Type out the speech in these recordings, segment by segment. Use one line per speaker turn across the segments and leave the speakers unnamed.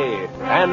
land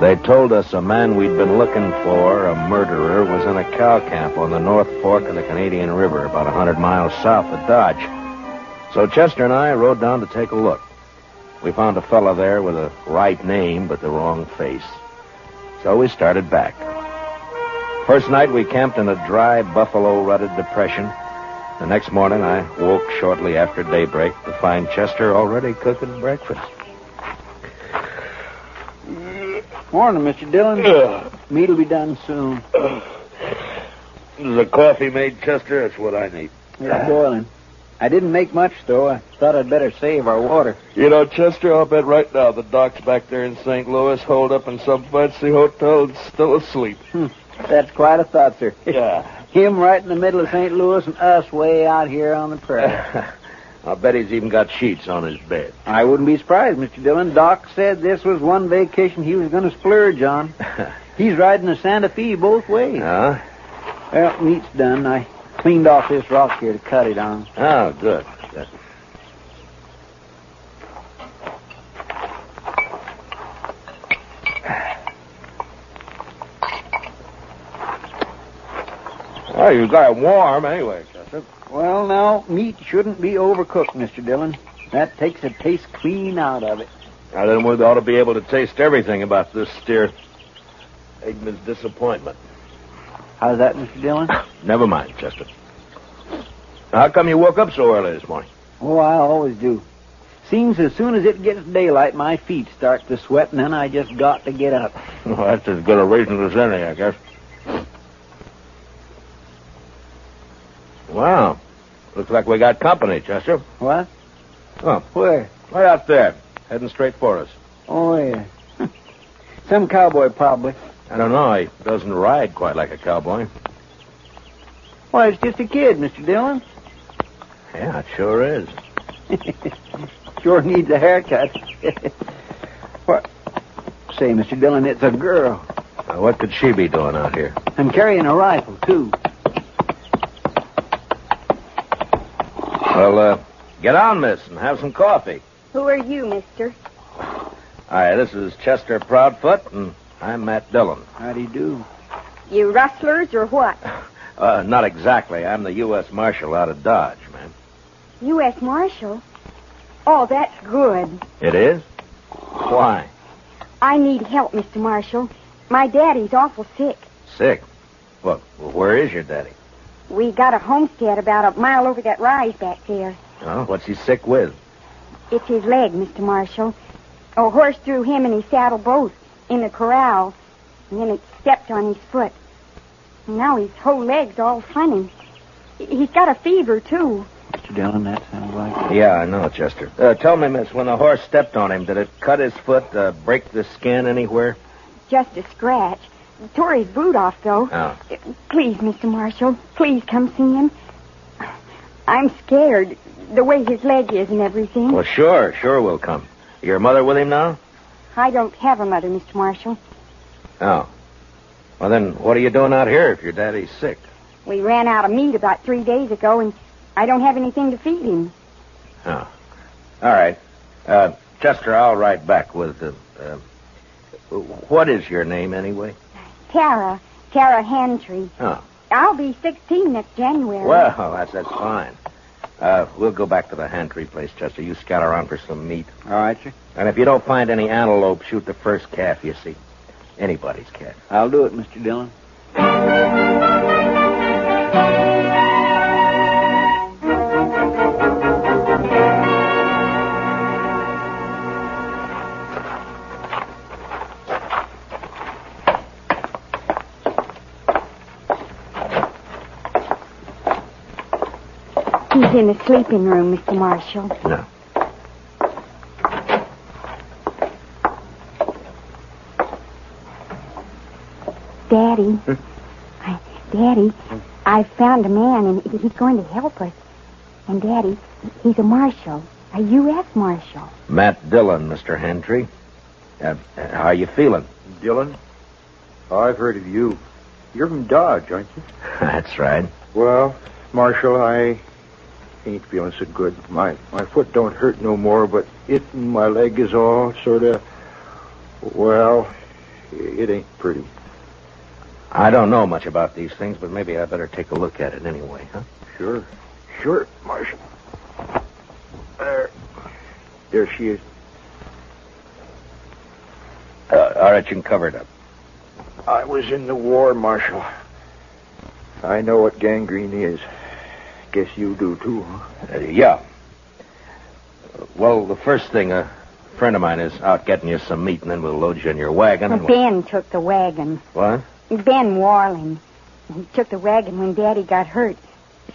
They told us a man we'd been looking for, a murderer, was in a cow camp on the North Fork of the Canadian River, about a 100 miles south of Dodge. So Chester and I rode down to take a look. We found a fellow there with a right name but the wrong face. So we started back. First night we camped in a dry buffalo-rutted depression. The next morning I woke shortly after daybreak to find Chester already cooking breakfast.
Morning, Mr. Dillon. Meat'll be done soon.
The coffee made, Chester. That's what I need.
It's boiling. I didn't make much, though. I thought I'd better save our water.
You know, Chester, I'll bet right now the doc's back there in St. Louis, holed up in some fancy hotel and still asleep.
That's quite a thought, sir.
Yeah.
Him right in the middle of St. Louis and us way out here on the prairie.
I'll bet he's even got sheets on his bed.
I wouldn't be surprised, Mr. Dillon. Doc said this was one vacation he was going to splurge on. He's riding the Santa Fe both ways.
Huh?
Well, meat's done. I cleaned off this rock here to cut it on.
Oh, good. Good.
Oh, you got it warm anyway, Chester.
Well, now, meat shouldn't be overcooked, Mr. Dillon. That takes the taste clean out of it.
Now, then, we ought to be able to taste everything about this steer. Eggman's disappointment.
How's that, Mr. Dillon?
Never mind, Chester. How come you woke up so early this morning?
Oh, I always do. Seems as soon as it gets daylight, my feet start to sweat, and then I just got to get up.
Well, that's as good a reason as any, I guess. Wow. Looks like we got company, Chester.
What?
Oh.
Where?
Right out there, heading straight for us.
Oh, yeah. Some cowboy, probably.
I don't know. He doesn't ride quite like a cowboy.
Why, it's just a kid, Mr. Dillon.
Yeah, it sure is.
Sure needs a haircut. what? Say, Mr. Dillon, it's a girl.
Now, what could she be doing out here?
I'm carrying a rifle, too.
Well, uh, get on, miss, and have some coffee.
Who are you, mister?
Hi, this is Chester Proudfoot, and I'm Matt Dillon.
How'd he do?
You rustlers or what?
Uh, not exactly. I'm the U.S. Marshal out of Dodge, ma'am.
U.S. Marshal? Oh, that's good.
It is? Why?
I need help, Mr. Marshal. My daddy's awful sick.
Sick. Well, where is your daddy?
We got a homestead about a mile over that rise back there.
Huh? What's he sick with?
It's his leg, Mr. Marshal. A horse threw him and his saddle both in the corral, and then it stepped on his foot. Now his whole leg's all funny. He- He's got a fever, too.
Mr. Dillon, that sounds like
Yeah, I know, Chester. Uh, tell me, miss, when the horse stepped on him, did it cut his foot, uh, break the skin anywhere?
Just a scratch. Tore his boot off, though.
Oh.
Please, Mr. Marshall, please come see him. I'm scared, the way his leg is and everything.
Well, sure, sure we'll come. Your mother with him now?
I don't have a mother, Mr. Marshall.
Oh. Well, then, what are you doing out here if your daddy's sick?
We ran out of meat about three days ago, and I don't have anything to feed him.
Oh. All right. Uh, Chester, I'll write back with the. Uh, what is your name, anyway?
Tara, Tara Hantry.
Oh.
I'll be 16 next January.
Well, that's, that's fine. Uh, we'll go back to the hantry place, Chester. You scout around for some meat.
it. All right, sir.
And if you don't find any antelope, shoot the first calf you see. Anybody's cat.
I'll do it, Mr. Dillon.
He's in the sleeping room, Mr. Marshall.
No.
Daddy. I, Daddy, I found a man, and he- he's going to help us. And Daddy, he's a marshal, a U.S. marshal.
Matt Dillon, Mr. Hendry. Uh, uh, how you feeling?
Dillon, I've heard of you. You're from Dodge, aren't you?
That's right.
Well, Marshal, I ain't feeling so good. My my foot don't hurt no more, but it and my leg is all sort of well, it ain't pretty.
I don't know much about these things, but maybe I better take a look at it anyway, huh?
Sure, sure, Marshal. There, there she is.
Uh, all right, you can cover it up.
I was in the war, Marshal. I know what gangrene is. Guess you do too. Huh?
Uh, yeah. Uh, Well, the first thing, a friend of mine is out getting you some meat, and then we'll load you in your wagon.
Now,
And
ben took the wagon.
What?
Ben Warling. He took the wagon when Daddy got hurt.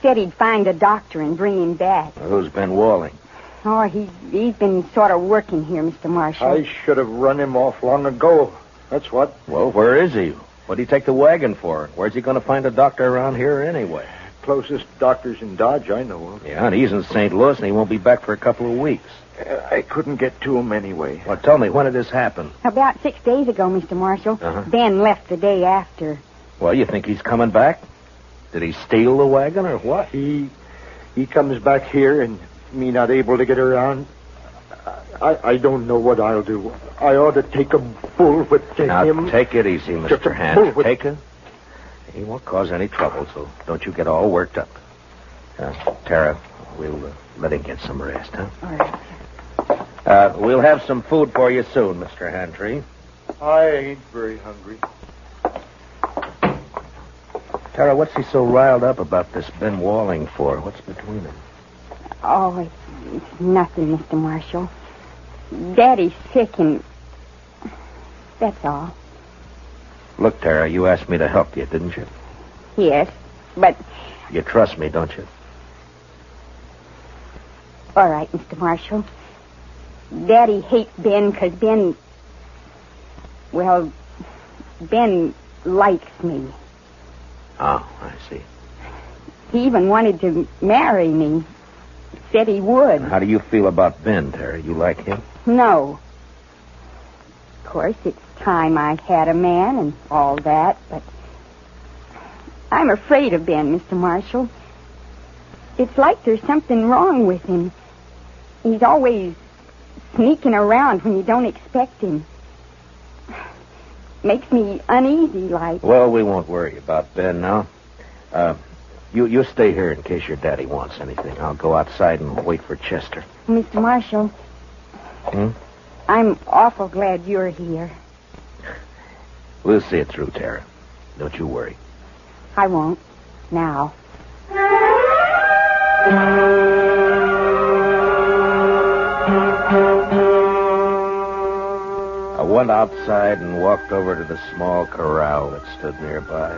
Said he'd find a doctor and bring him back.
Who's been walling?
Oh, he, he's been sort of working here, Mr. Marshall.
I should have run him off long ago. That's what.
Well, where is he? What do you take the wagon for? Where's he going to find a doctor around here anyway?
Closest doctors in Dodge I know of.
Yeah, and he's in St. Louis, and he won't be back for a couple of weeks.
Uh, I couldn't get to him anyway.
Well, tell me, when did this happen?
About six days ago, Mr. Marshall.
Uh-huh.
Ben left the day after.
Well, you think he's coming back? Did he steal the wagon or what?
He he comes back here and me not able to get around. I I don't know what I'll do. I ought to take a bullwhip to
now,
him.
take it easy,
Just a
Mr.
bull
Hand.
with-
Take it. He won't cause any trouble, so don't you get all worked up. Uh, Tara, we'll uh, let him get some rest, huh?
All right.
Uh, we'll have some food for you soon, Mr. Hantry.
I ain't very hungry.
Tara, what's he so riled up about this Ben Walling for? What's between them?
Oh, it's, it's nothing, Mr. Marshall. Daddy's sick and. That's all.
Look, Tara, you asked me to help you, didn't you?
Yes. But,
You trust me, don't you?
all right, Mr. Marshall. Daddy hates Ben because Ben. Well, Ben likes me.
Oh, I see.
He even wanted to marry me. Said he would.
How do you feel about Ben, Tara? You like him?
No. Of course, it's time I had a man and all that, but I'm afraid of Ben, Mr. Marshall. It's like there's something wrong with him. He's always sneaking around when you don't expect him. Makes me uneasy, like.
Well, we won't worry about Ben now. Uh, you you stay here in case your daddy wants anything. I'll go outside and wait for Chester.
Mr. Marshall.
Hmm?
I'm awful glad you're here.
We'll see it through, Tara. Don't you worry.
I won't. Now.
I went outside and walked over to the small corral that stood nearby.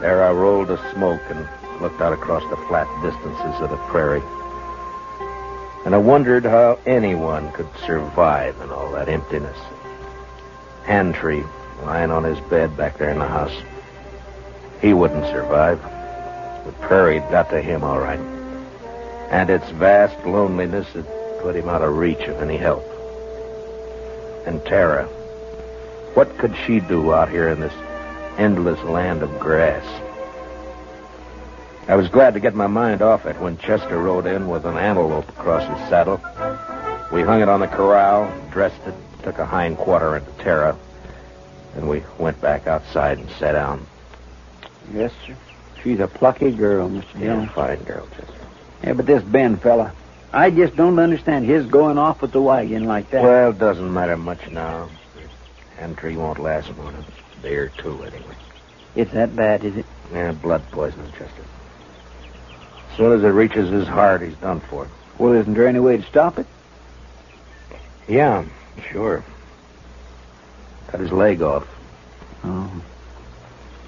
There I rolled a smoke and looked out across the flat distances of the prairie. And I wondered how anyone could survive in all that emptiness. Hantry, lying on his bed back there in the house. He wouldn't survive. The prairie got to him all right. And its vast loneliness had put him out of reach of any help and Tara. What could she do out here in this endless land of grass? I was glad to get my mind off it when Chester rode in with an antelope across his saddle. We hung it on the corral, dressed it, took a hind quarter into Tara, and we went back outside and sat down.
Yes, sir. She's a plucky girl, Mr. Dillon.
fine girl, Chester.
Yeah, but this Ben fella, I just don't understand his going off with the wagon like that.
Well, it doesn't matter much now. Entry won't last more than a day or two, anyway.
It's that bad, is it?
Yeah, blood poisoning, Chester. As soon as it reaches his heart, he's done for.
Well, isn't there any way to stop it?
Yeah, sure. Cut his leg off.
Oh.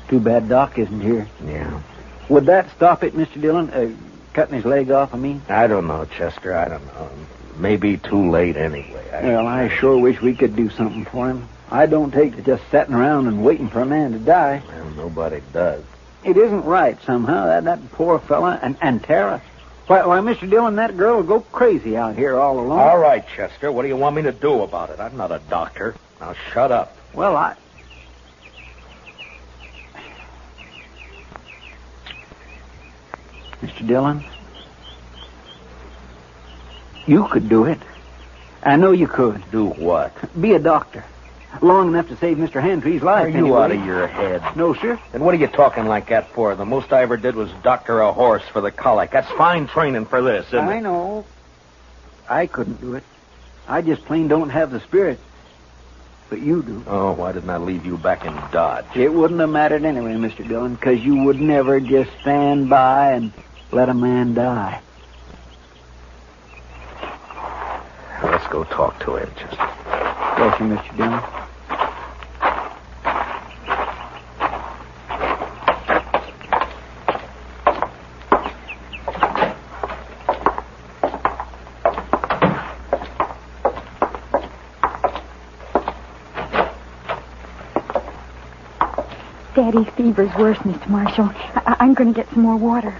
Too bad Doc isn't here.
Yeah.
Would that stop it, Mr. Dillon? Uh, cutting his leg off, I mean?
I don't know, Chester. I don't know. Maybe too late anyway. I-
Well, I sure wish we could do something for him. I don't take to just sitting around and waiting for a man to die.
Well, nobody does.
It isn't right somehow. That that poor fella and, and Tara. Why, why, Mr. Dillon, that girl will go crazy out here all alone.
All right, Chester. What do you want me to do about it? I'm not a doctor. Now shut up.
Well, I. Mr. Dillon, you could do it. I know you could.
Do what?
Be a doctor. Long enough to save Mr. Hantree's life.
Are you
anyway.
out of your head?
No, sir.
And what are you talking like that for? The most I ever did was doctor a horse for the colic. That's fine training for this, isn't
I
it?
know. I couldn't do it. I just plain don't have the spirit. But you do.
Oh, why didn't I leave you back in Dodge?
It wouldn't have mattered anyway, Mr. Dillon, because you would never just stand by and let a man die.
Let's go talk to him, Chester.
Bless you, Mr. Dillon.
Daddy's fever's worse, Mr. Marshall. I- I'm going to get some more water.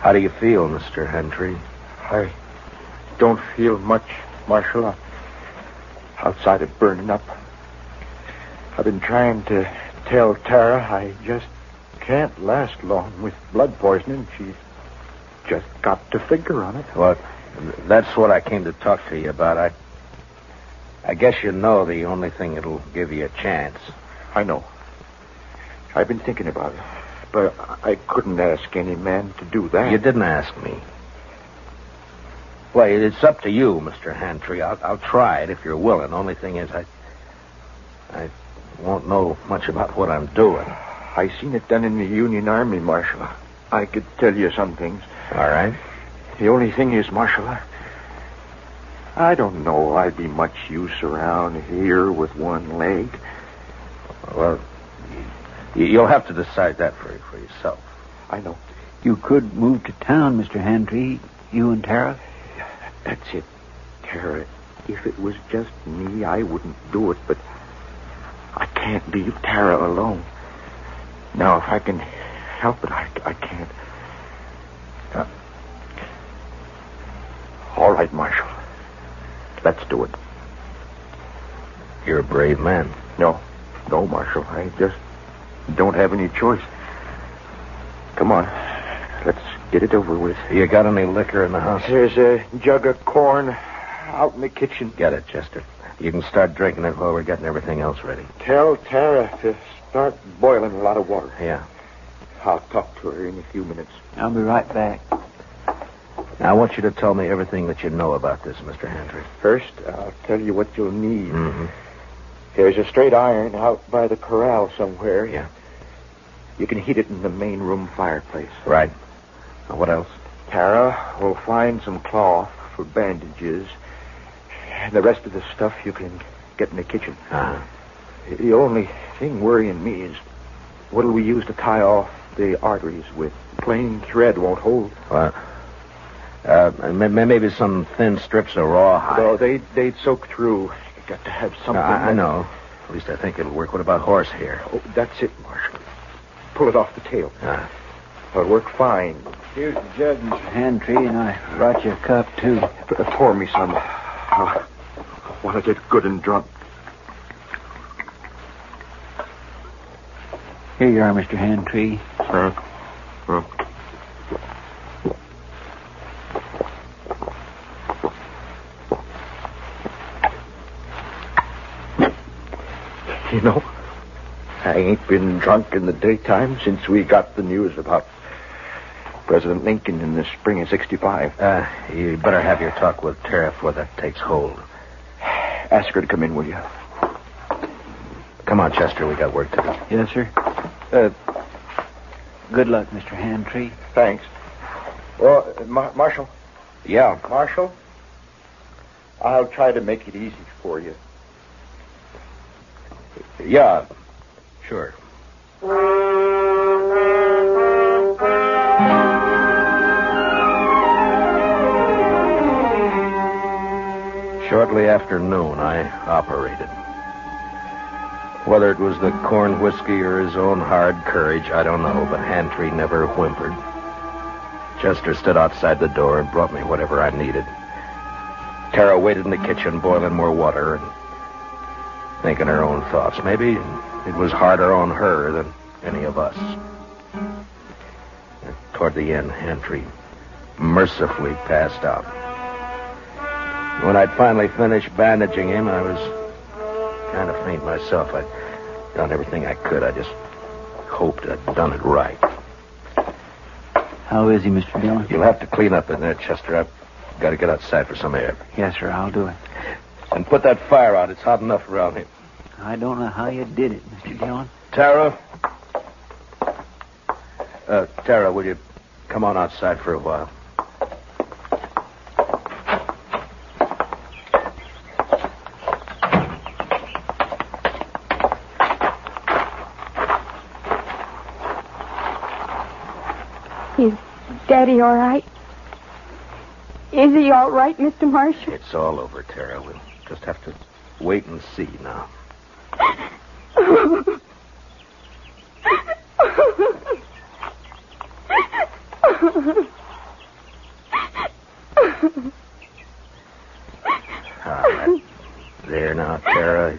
How do you feel, Mr. Hentry?
I don't feel much, Marshal. I'm Outside of burning up. I've been trying to tell Tara I just can't last long with blood poisoning. She's just got to figure on it.
Well, that's what I came to talk to you about. I, I guess you know the only thing that'll give you a chance.
I know. I've been thinking about it, but I couldn't ask any man to do that.
You didn't ask me. Well, it's up to you, Mr. Hantry. I'll, I'll try it if you're willing. Only thing is, I, I won't know much about what I'm doing.
I seen it done in the Union Army, Marshal. I could tell you some things.
All right.
The only thing is, Marshal, I- I don't know I'd be much use around here with one leg.
Well, you, you'll have to decide that for for yourself.
I know.
You could move to town, Mr. Hantry, you and Tara.
That's it. Tara, if it was just me, I wouldn't do it, but I can't leave Tara alone. Now, if I can help it, I, I can't. Uh, all right, Marshal. Let's do it.
You're a brave man.
No, no, Marshal. I just don't have any choice. Come on. Let's get it over with.
You got any liquor in the house?
There's a jug of corn out in the kitchen.
Get it, Chester. You can start drinking it while we're getting everything else ready.
Tell Tara to start boiling a lot of water.
Yeah.
I'll talk to her in a few minutes.
I'll be right back.
Now, I want you to tell me everything that you know about this, Mr. Hantry.
First, I'll tell you what you'll need.
Mm-hmm.
There's a straight iron out by the corral somewhere.
Yeah.
You can heat it in the main room fireplace.
Right. Now, what else?
Tara will find some cloth for bandages. And the rest of the stuff you can get in the kitchen.
Uh-huh.
The only thing worrying me is what'll we use to tie off the arteries with? Plain thread won't hold.
Well, uh, may- may- maybe some thin strips of rawhide.
Though they they'd soak through. Got to have
No,
something.
Uh, I, I
that-
know. At least I think it'll work. What about horse hair?
Oh, that's it, Marshal. Pull it off the tail.
Uh,
It'll work fine.
Here's the jug, Mr. Hantry, and I brought you a cup, too.
P- pour me some. Uh, want to get good and drunk.
Here you are, Mr. Hantry.
Uh, uh, You know, I ain't been drunk in the daytime since we got the news about President Lincoln in the spring of 65.
uh, you better have your talk with Tara before that takes hold.
Ask her to come in, will you?
Come on, Chester. We got work to do.
Yes, sir. Uh, good luck, Mr. Hantree.
Thanks. Well, uh, Mar- Marshal,
Yeah.
Marshal, I'll try to make it easy for you.
Yeah. Sure. Shortly after noon, I operated. Whether it was the corn whiskey or his own hard courage, I don't know, but Hantry never whimpered. Chester stood outside the door and brought me whatever I needed. Tara waited in the kitchen, boiling more water and thinking her own thoughts. Maybe it was harder on her than any of us. And toward the end, Hantry mercifully passed out. When I'd finally finished bandaging him, I was kind of faint myself. I'd done everything I could. I just hoped I'd done it right.
How is he, Mr. Dillon?
You'll have to clean up in there, Chester. I've got to get outside for some air.
Yes, sir. I'll do it.
And put that fire out. It's hot enough around here.
I don't know how you did it, Mr. Dillon.
Tara? Uh, Tara, will you come on outside for a while?
Is Daddy all right? Is he all right, Mr. Marshall?
It's all over, Tara. We'll just have to wait and see now. All right. There now, Tara.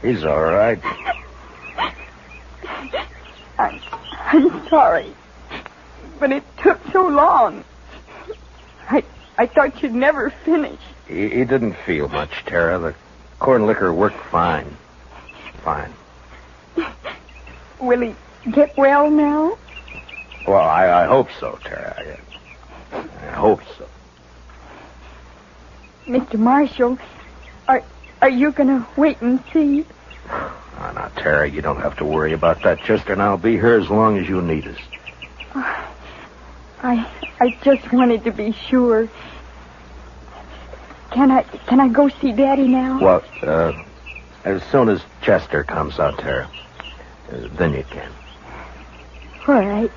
He's all right.
I'm, I'm sorry. But it took so long. I, I thought you'd never finish.
He, he didn't feel much, Tara. The corn liquor worked fine. Fine.
Will he get well now?
Well, I, I hope so, Tara. I, I hope so.
Mr. Marshall, are, are you going to wait and see?
Oh, now, Tara, you don't have to worry about that, Chester, and I'll be here as long as you need us.
I, I just wanted to be sure. Can I, can I go see Daddy now?
Well, uh, as soon as Chester comes out, Tara, uh, then you can.
All right.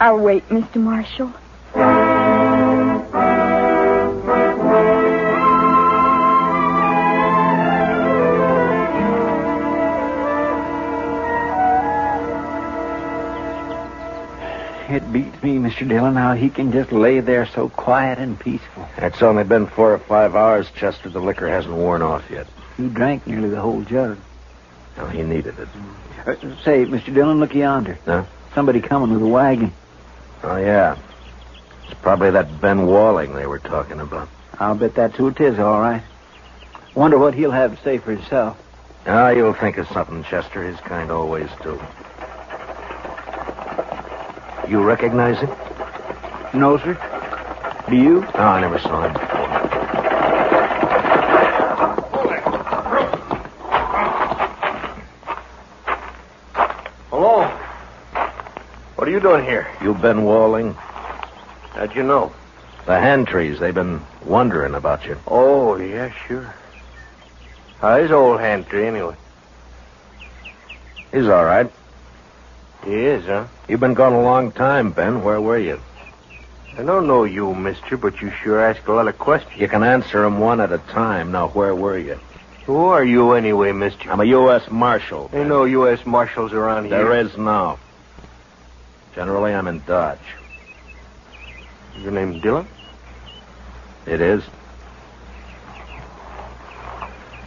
I'll wait, Mr. Marshall.
It beats me, Mr. Dillon, how he can just lay there so quiet and peaceful.
It's only been four or five hours, Chester. The liquor hasn't worn off yet.
He drank nearly the whole jug.
No, he needed it.
Uh, say, Mr. Dillon, look yonder.
Huh?
Somebody coming with a wagon.
Oh, yeah. It's probably that Ben Walling they were talking about.
I'll bet that's who it is, all right. Wonder what he'll have to say for himself.
Ah, you'll think of something, Chester. His kind always do. You recognize him?
No, sir. Do you?
Oh, I never saw him before.
Hello. What are you doing here?
You Ben Walling?
How'd you know?
The hand trees, they've been wondering about you.
Oh, yeah, sure.
Ah,
How's old Hantry, anyway?
He's all right.
He is, huh?
You've been gone a long time, Ben. Where were you?
I don't know you, mister, but you sure ask a lot of questions.
You can answer 'em one at a time. Now, where were you?
Who are you, anyway, mister?
I'm a U.S. Marshal.
Ain't no U.S. Marshals around here.
There is now. Generally, I'm in Dodge.
Your name Dillon?
It is?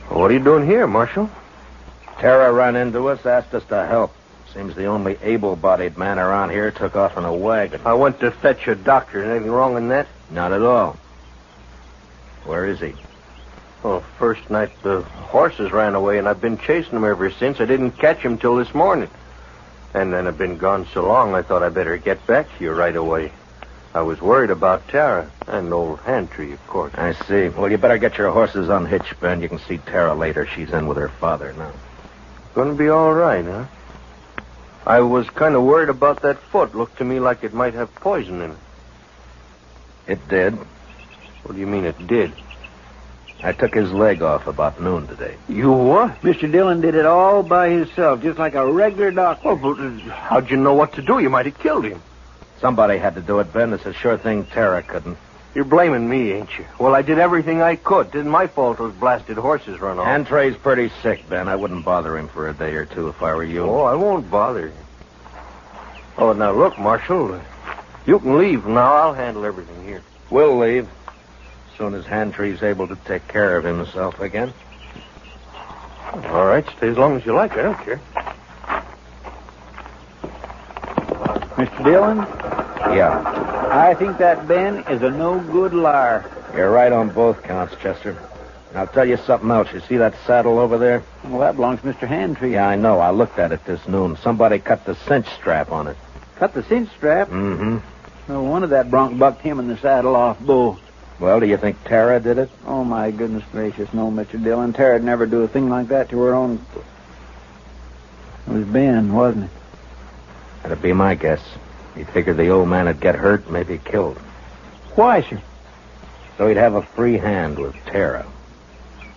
What are you doing here, Marshal?
Tara ran into us, asked us to help. Seems the only able-bodied man around here took off in a wagon.
I went to fetch a doctor. Anything wrong in that?
Not at all. Where is he?
Oh,
Well, first night the horses ran away, and I've been chasing 'em ever since. I didn't catch 'em till this morning. And then I've been gone so long, I thought I better get back here right away.
I was worried about Tara and old Hantry, of course.
I see. Well, you better get your horses unhitched, Ben. You can see Tara later. She's in with her father now.
Going to be all right, huh? I was kind of worried about that foot. Looked to me like it might have poison in it.
It did.
What do you mean it did?
I took his leg off about noon today.
You what?
Mr. Dillon did it all by himself, just like a regular doctor.
Oh, but uh, how'd you know what to do? You might have killed him.
Somebody had to do it, Ben. It's a sure thing Tara couldn't.
You're blaming me, ain't you? Well, I did everything I could. Didn't my fault those blasted horses run off.
Antray's pretty sick, Ben. I wouldn't bother him for a day or two if I were you.
Oh, I won't bother you. Oh, now look, Marshal. You can leave now. I'll handle everything here.
We'll leave. Soon as Hantree's able to take care of himself again.
All right, stay as long as you like. I don't care.
Mr. Dillon,
Yeah.
I think that Ben is a no good liar.
You're right on both counts, Chester. And I'll tell you something else. You see that saddle over there?
Well, that belongs to Mr. Hantry.
Yeah, I know. I looked at it this noon. Somebody cut the cinch strap on it.
Cut the cinch strap.
Mm-hmm.
No wonder that bronc bucked him in the saddle off bull.
Well, do you think Tara did it?
Oh, my goodness gracious, no, Mr. Dillon. Tara'd never do a thing like that to her own. It was Ben, wasn't it?
That'd be my guess. He figured the old man would get hurt, maybe killed.
Why, sir?
So he'd have a free hand with Tara.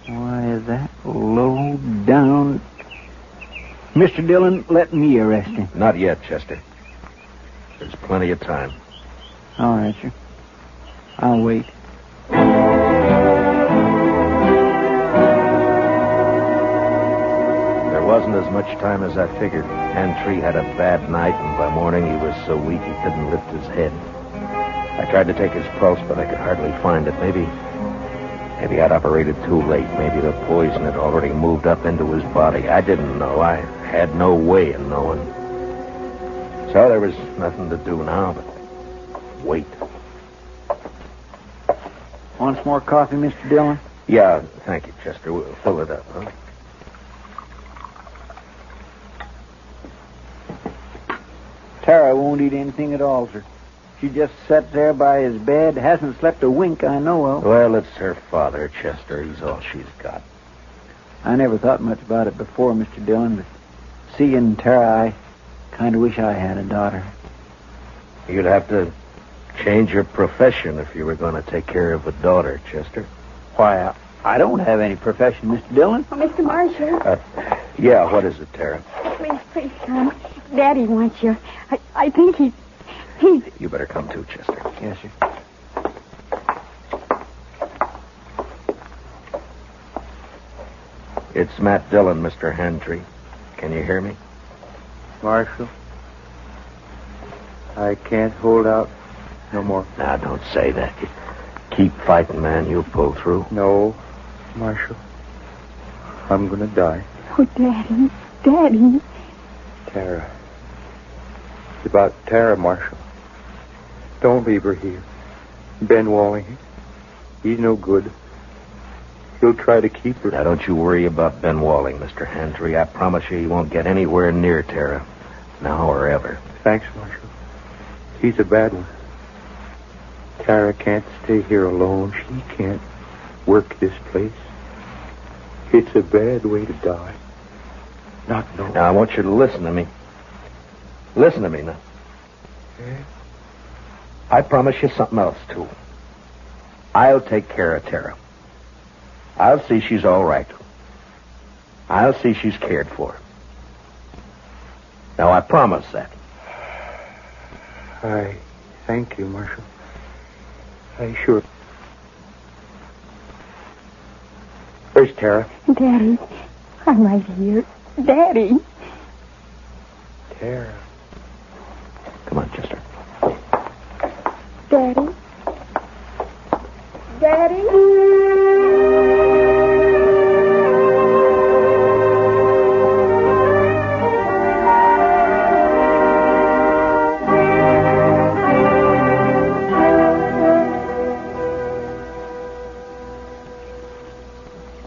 Why, that low down. Mr. Dillon, let me arrest him.
Not yet, Chester. There's plenty of time.
All right, sir. I'll wait.
There wasn't as much time as I figured. Hantry had a bad night, and by morning he was so weak he couldn't lift his head. I tried to take his pulse, but I could hardly find it. Maybe, maybe I'd operated too late. Maybe the poison had already moved up into his body. I didn't know. I had no way of knowing. So there was nothing to do now but wait.
Want some more coffee, Mr. Dillon?
Yeah, thank you, Chester. We'll fill it up, huh?
Tara won't eat anything at all, sir. She just sat there by his bed, hasn't slept a wink I know of.
Well, it's her father, Chester. He's all she's got.
I never thought much about it before, Mr. Dillon, but seeing Tara, I kind of wish I had a daughter.
You'd have to change your profession if you were going to take care of a daughter, Chester.
Why, I- I don't have any profession, Mr. Dillon.
Oh, Mr. Marshall,
Uh, yeah, what is it, Tara?
please, please come. Um, Daddy wants you. I, I think he's, he's,
You better come too, Chester.
Yes, sir.
It's Matt Dillon, Mr. Hantry. Can you hear me?
Marshal, I can't hold out no more.
Now, don't say that. Keep fighting, man. You'll pull through.
No, Marshal. I'm going to die.
oh, Daddy, Daddy.
Tara. It's about Tara, Marshal. Don't leave her here. Ben Walling, he's no good. He'll try to keep her.
Now, don't you worry about Ben Walling, Mr. Hantry. I promise you he won't get anywhere near Tara. Now or ever.
Thanks, Marshal. He's a bad one. Tara can't stay here alone. She can't work this place. It's a bad way to die. Not knowing.
Now, I want you to listen to me. Listen to me now.
Eh?
I promise you something else, too. I'll take care of Tara. I'll see she's all right. I'll see she's cared for. Now, I promise that.
I thank you, Marshal. I sure. Where's Tara?
Daddy, I'm right here. Daddy.
Tara.
Come on, Chester.
Daddy? Daddy?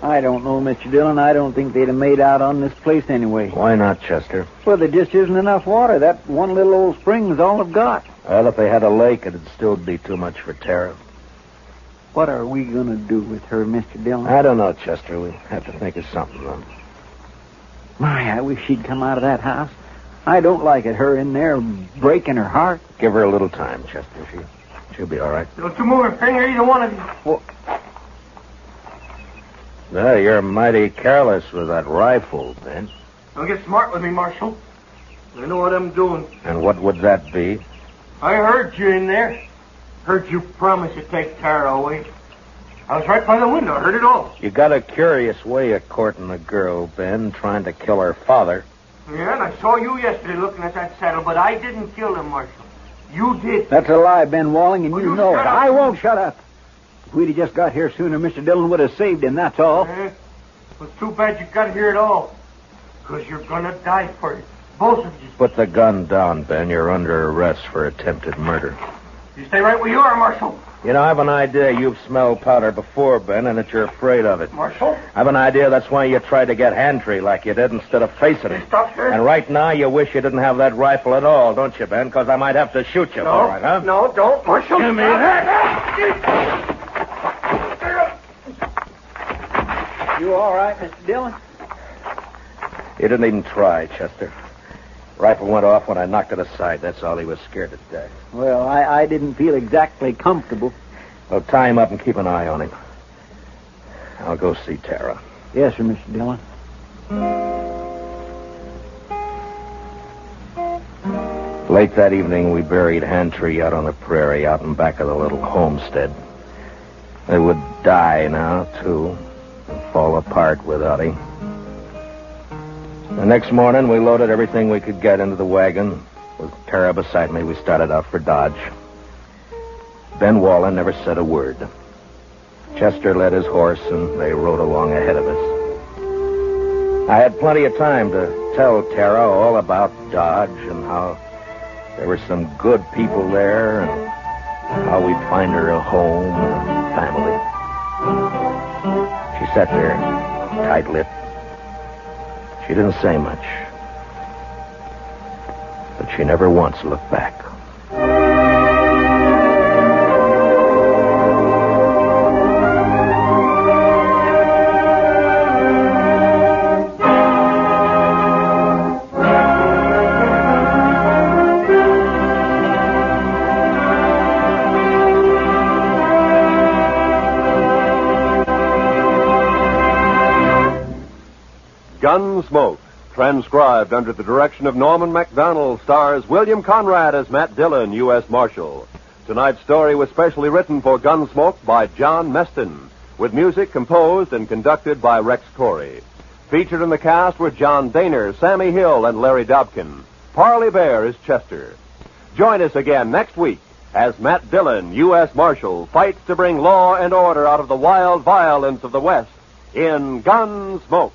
I don't know, Mr. Dillon. I don't think they'd have made out on this place anyway.
Why not, Chester?
Well, there just isn't enough water. That one little old spring's all I've got.
Well, if they had a lake, it'd still be too much for Tara.
What are we going to do with her, Mr. Dillon?
I don't know, Chester. We'll have to think of something. Though.
My, I wish she'd come out of that house. I don't like it, her in there breaking her heart.
Give her a little time, Chester. She, she'll be all right.
Don't you move a finger, either one of you.
No, you're mighty careless with that rifle, Ben.
Don't get smart with me, Marshal. I know what I'm doing.
And what would that be?
I heard you in there. Heard you promise to take Tara away. I was right by the window. I heard it all.
You got a curious way of courting a girl, Ben, trying to kill her father.
Yeah, and I saw you yesterday looking at that saddle, but I didn't kill him, Marshal. You did.
That's a lie, Ben Walling, and
Will
you
you
know it.
shut up?
I won't shut up. If we'd have just got here sooner, Mr. Dillon would have saved him, that's all.
Eh, well, too bad you got here at all. Because you're going to die for it. Both of you.
Put the gun down, Ben. You're under arrest for attempted murder.
You stay right where you are, Marshal.
You know, I have an idea you've smelled powder before, Ben, and that you're afraid of it.
Marshal?
I have an idea that's why you tried to get Hantry like you did instead of facing it.
Stop here.
And right now, you wish you didn't have that rifle at all, don't you, Ben? Because I might have to shoot you.
No,
All right, huh?
no, don't, Marshal. Give me
You all right, Mr. Dillon?
He didn't even try, Chester. Rifle went off when I knocked it aside. That's all he was scared to death.
Well, I, I didn't feel exactly comfortable.
Well, tie him up and keep an eye on him. I'll go see Tara.
Yes, sir, Mr. Dillon.
Late that evening, we buried Hantry out on the prairie, out in back of the little homestead. They would die now, too, and fall apart without him. The next morning, we loaded everything we could get into the wagon. With Tara beside me, we started out for Dodge. Ben Wallen never said a word. Chester led his horse, and they rode along ahead of us. I had plenty of time to tell Tara all about Dodge and how there were some good people there and how we'd find her a home and a family. She sat there, tight-lipped. She didn't say much, but she never once looked back.
Gunsmoke, transcribed under the direction of Norman MacDonald, stars William Conrad as Matt Dillon, U.S. Marshal. Tonight's story was specially written for Gunsmoke by John Meston, with music composed and conducted by Rex Corey. Featured in the cast were John Daner, Sammy Hill, and Larry Dobkin. Parley Bear is Chester. Join us again next week as Matt Dillon, U.S. Marshal, fights to bring law and order out of the wild violence of the West in Gunsmoke.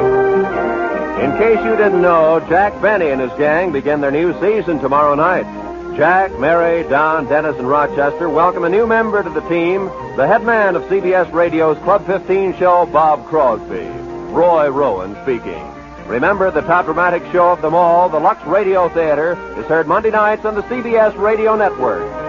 In case you didn't know, Jack Benny and his gang begin their new season tomorrow night. Jack, Mary, Don, Dennis, and Rochester welcome a new member to the team, the head man of CBS Radio's Club 15 show, Bob Crosby. Roy Rowan speaking. Remember, the top dramatic show of them all, the Lux Radio Theater, is heard Monday nights on the CBS Radio Network.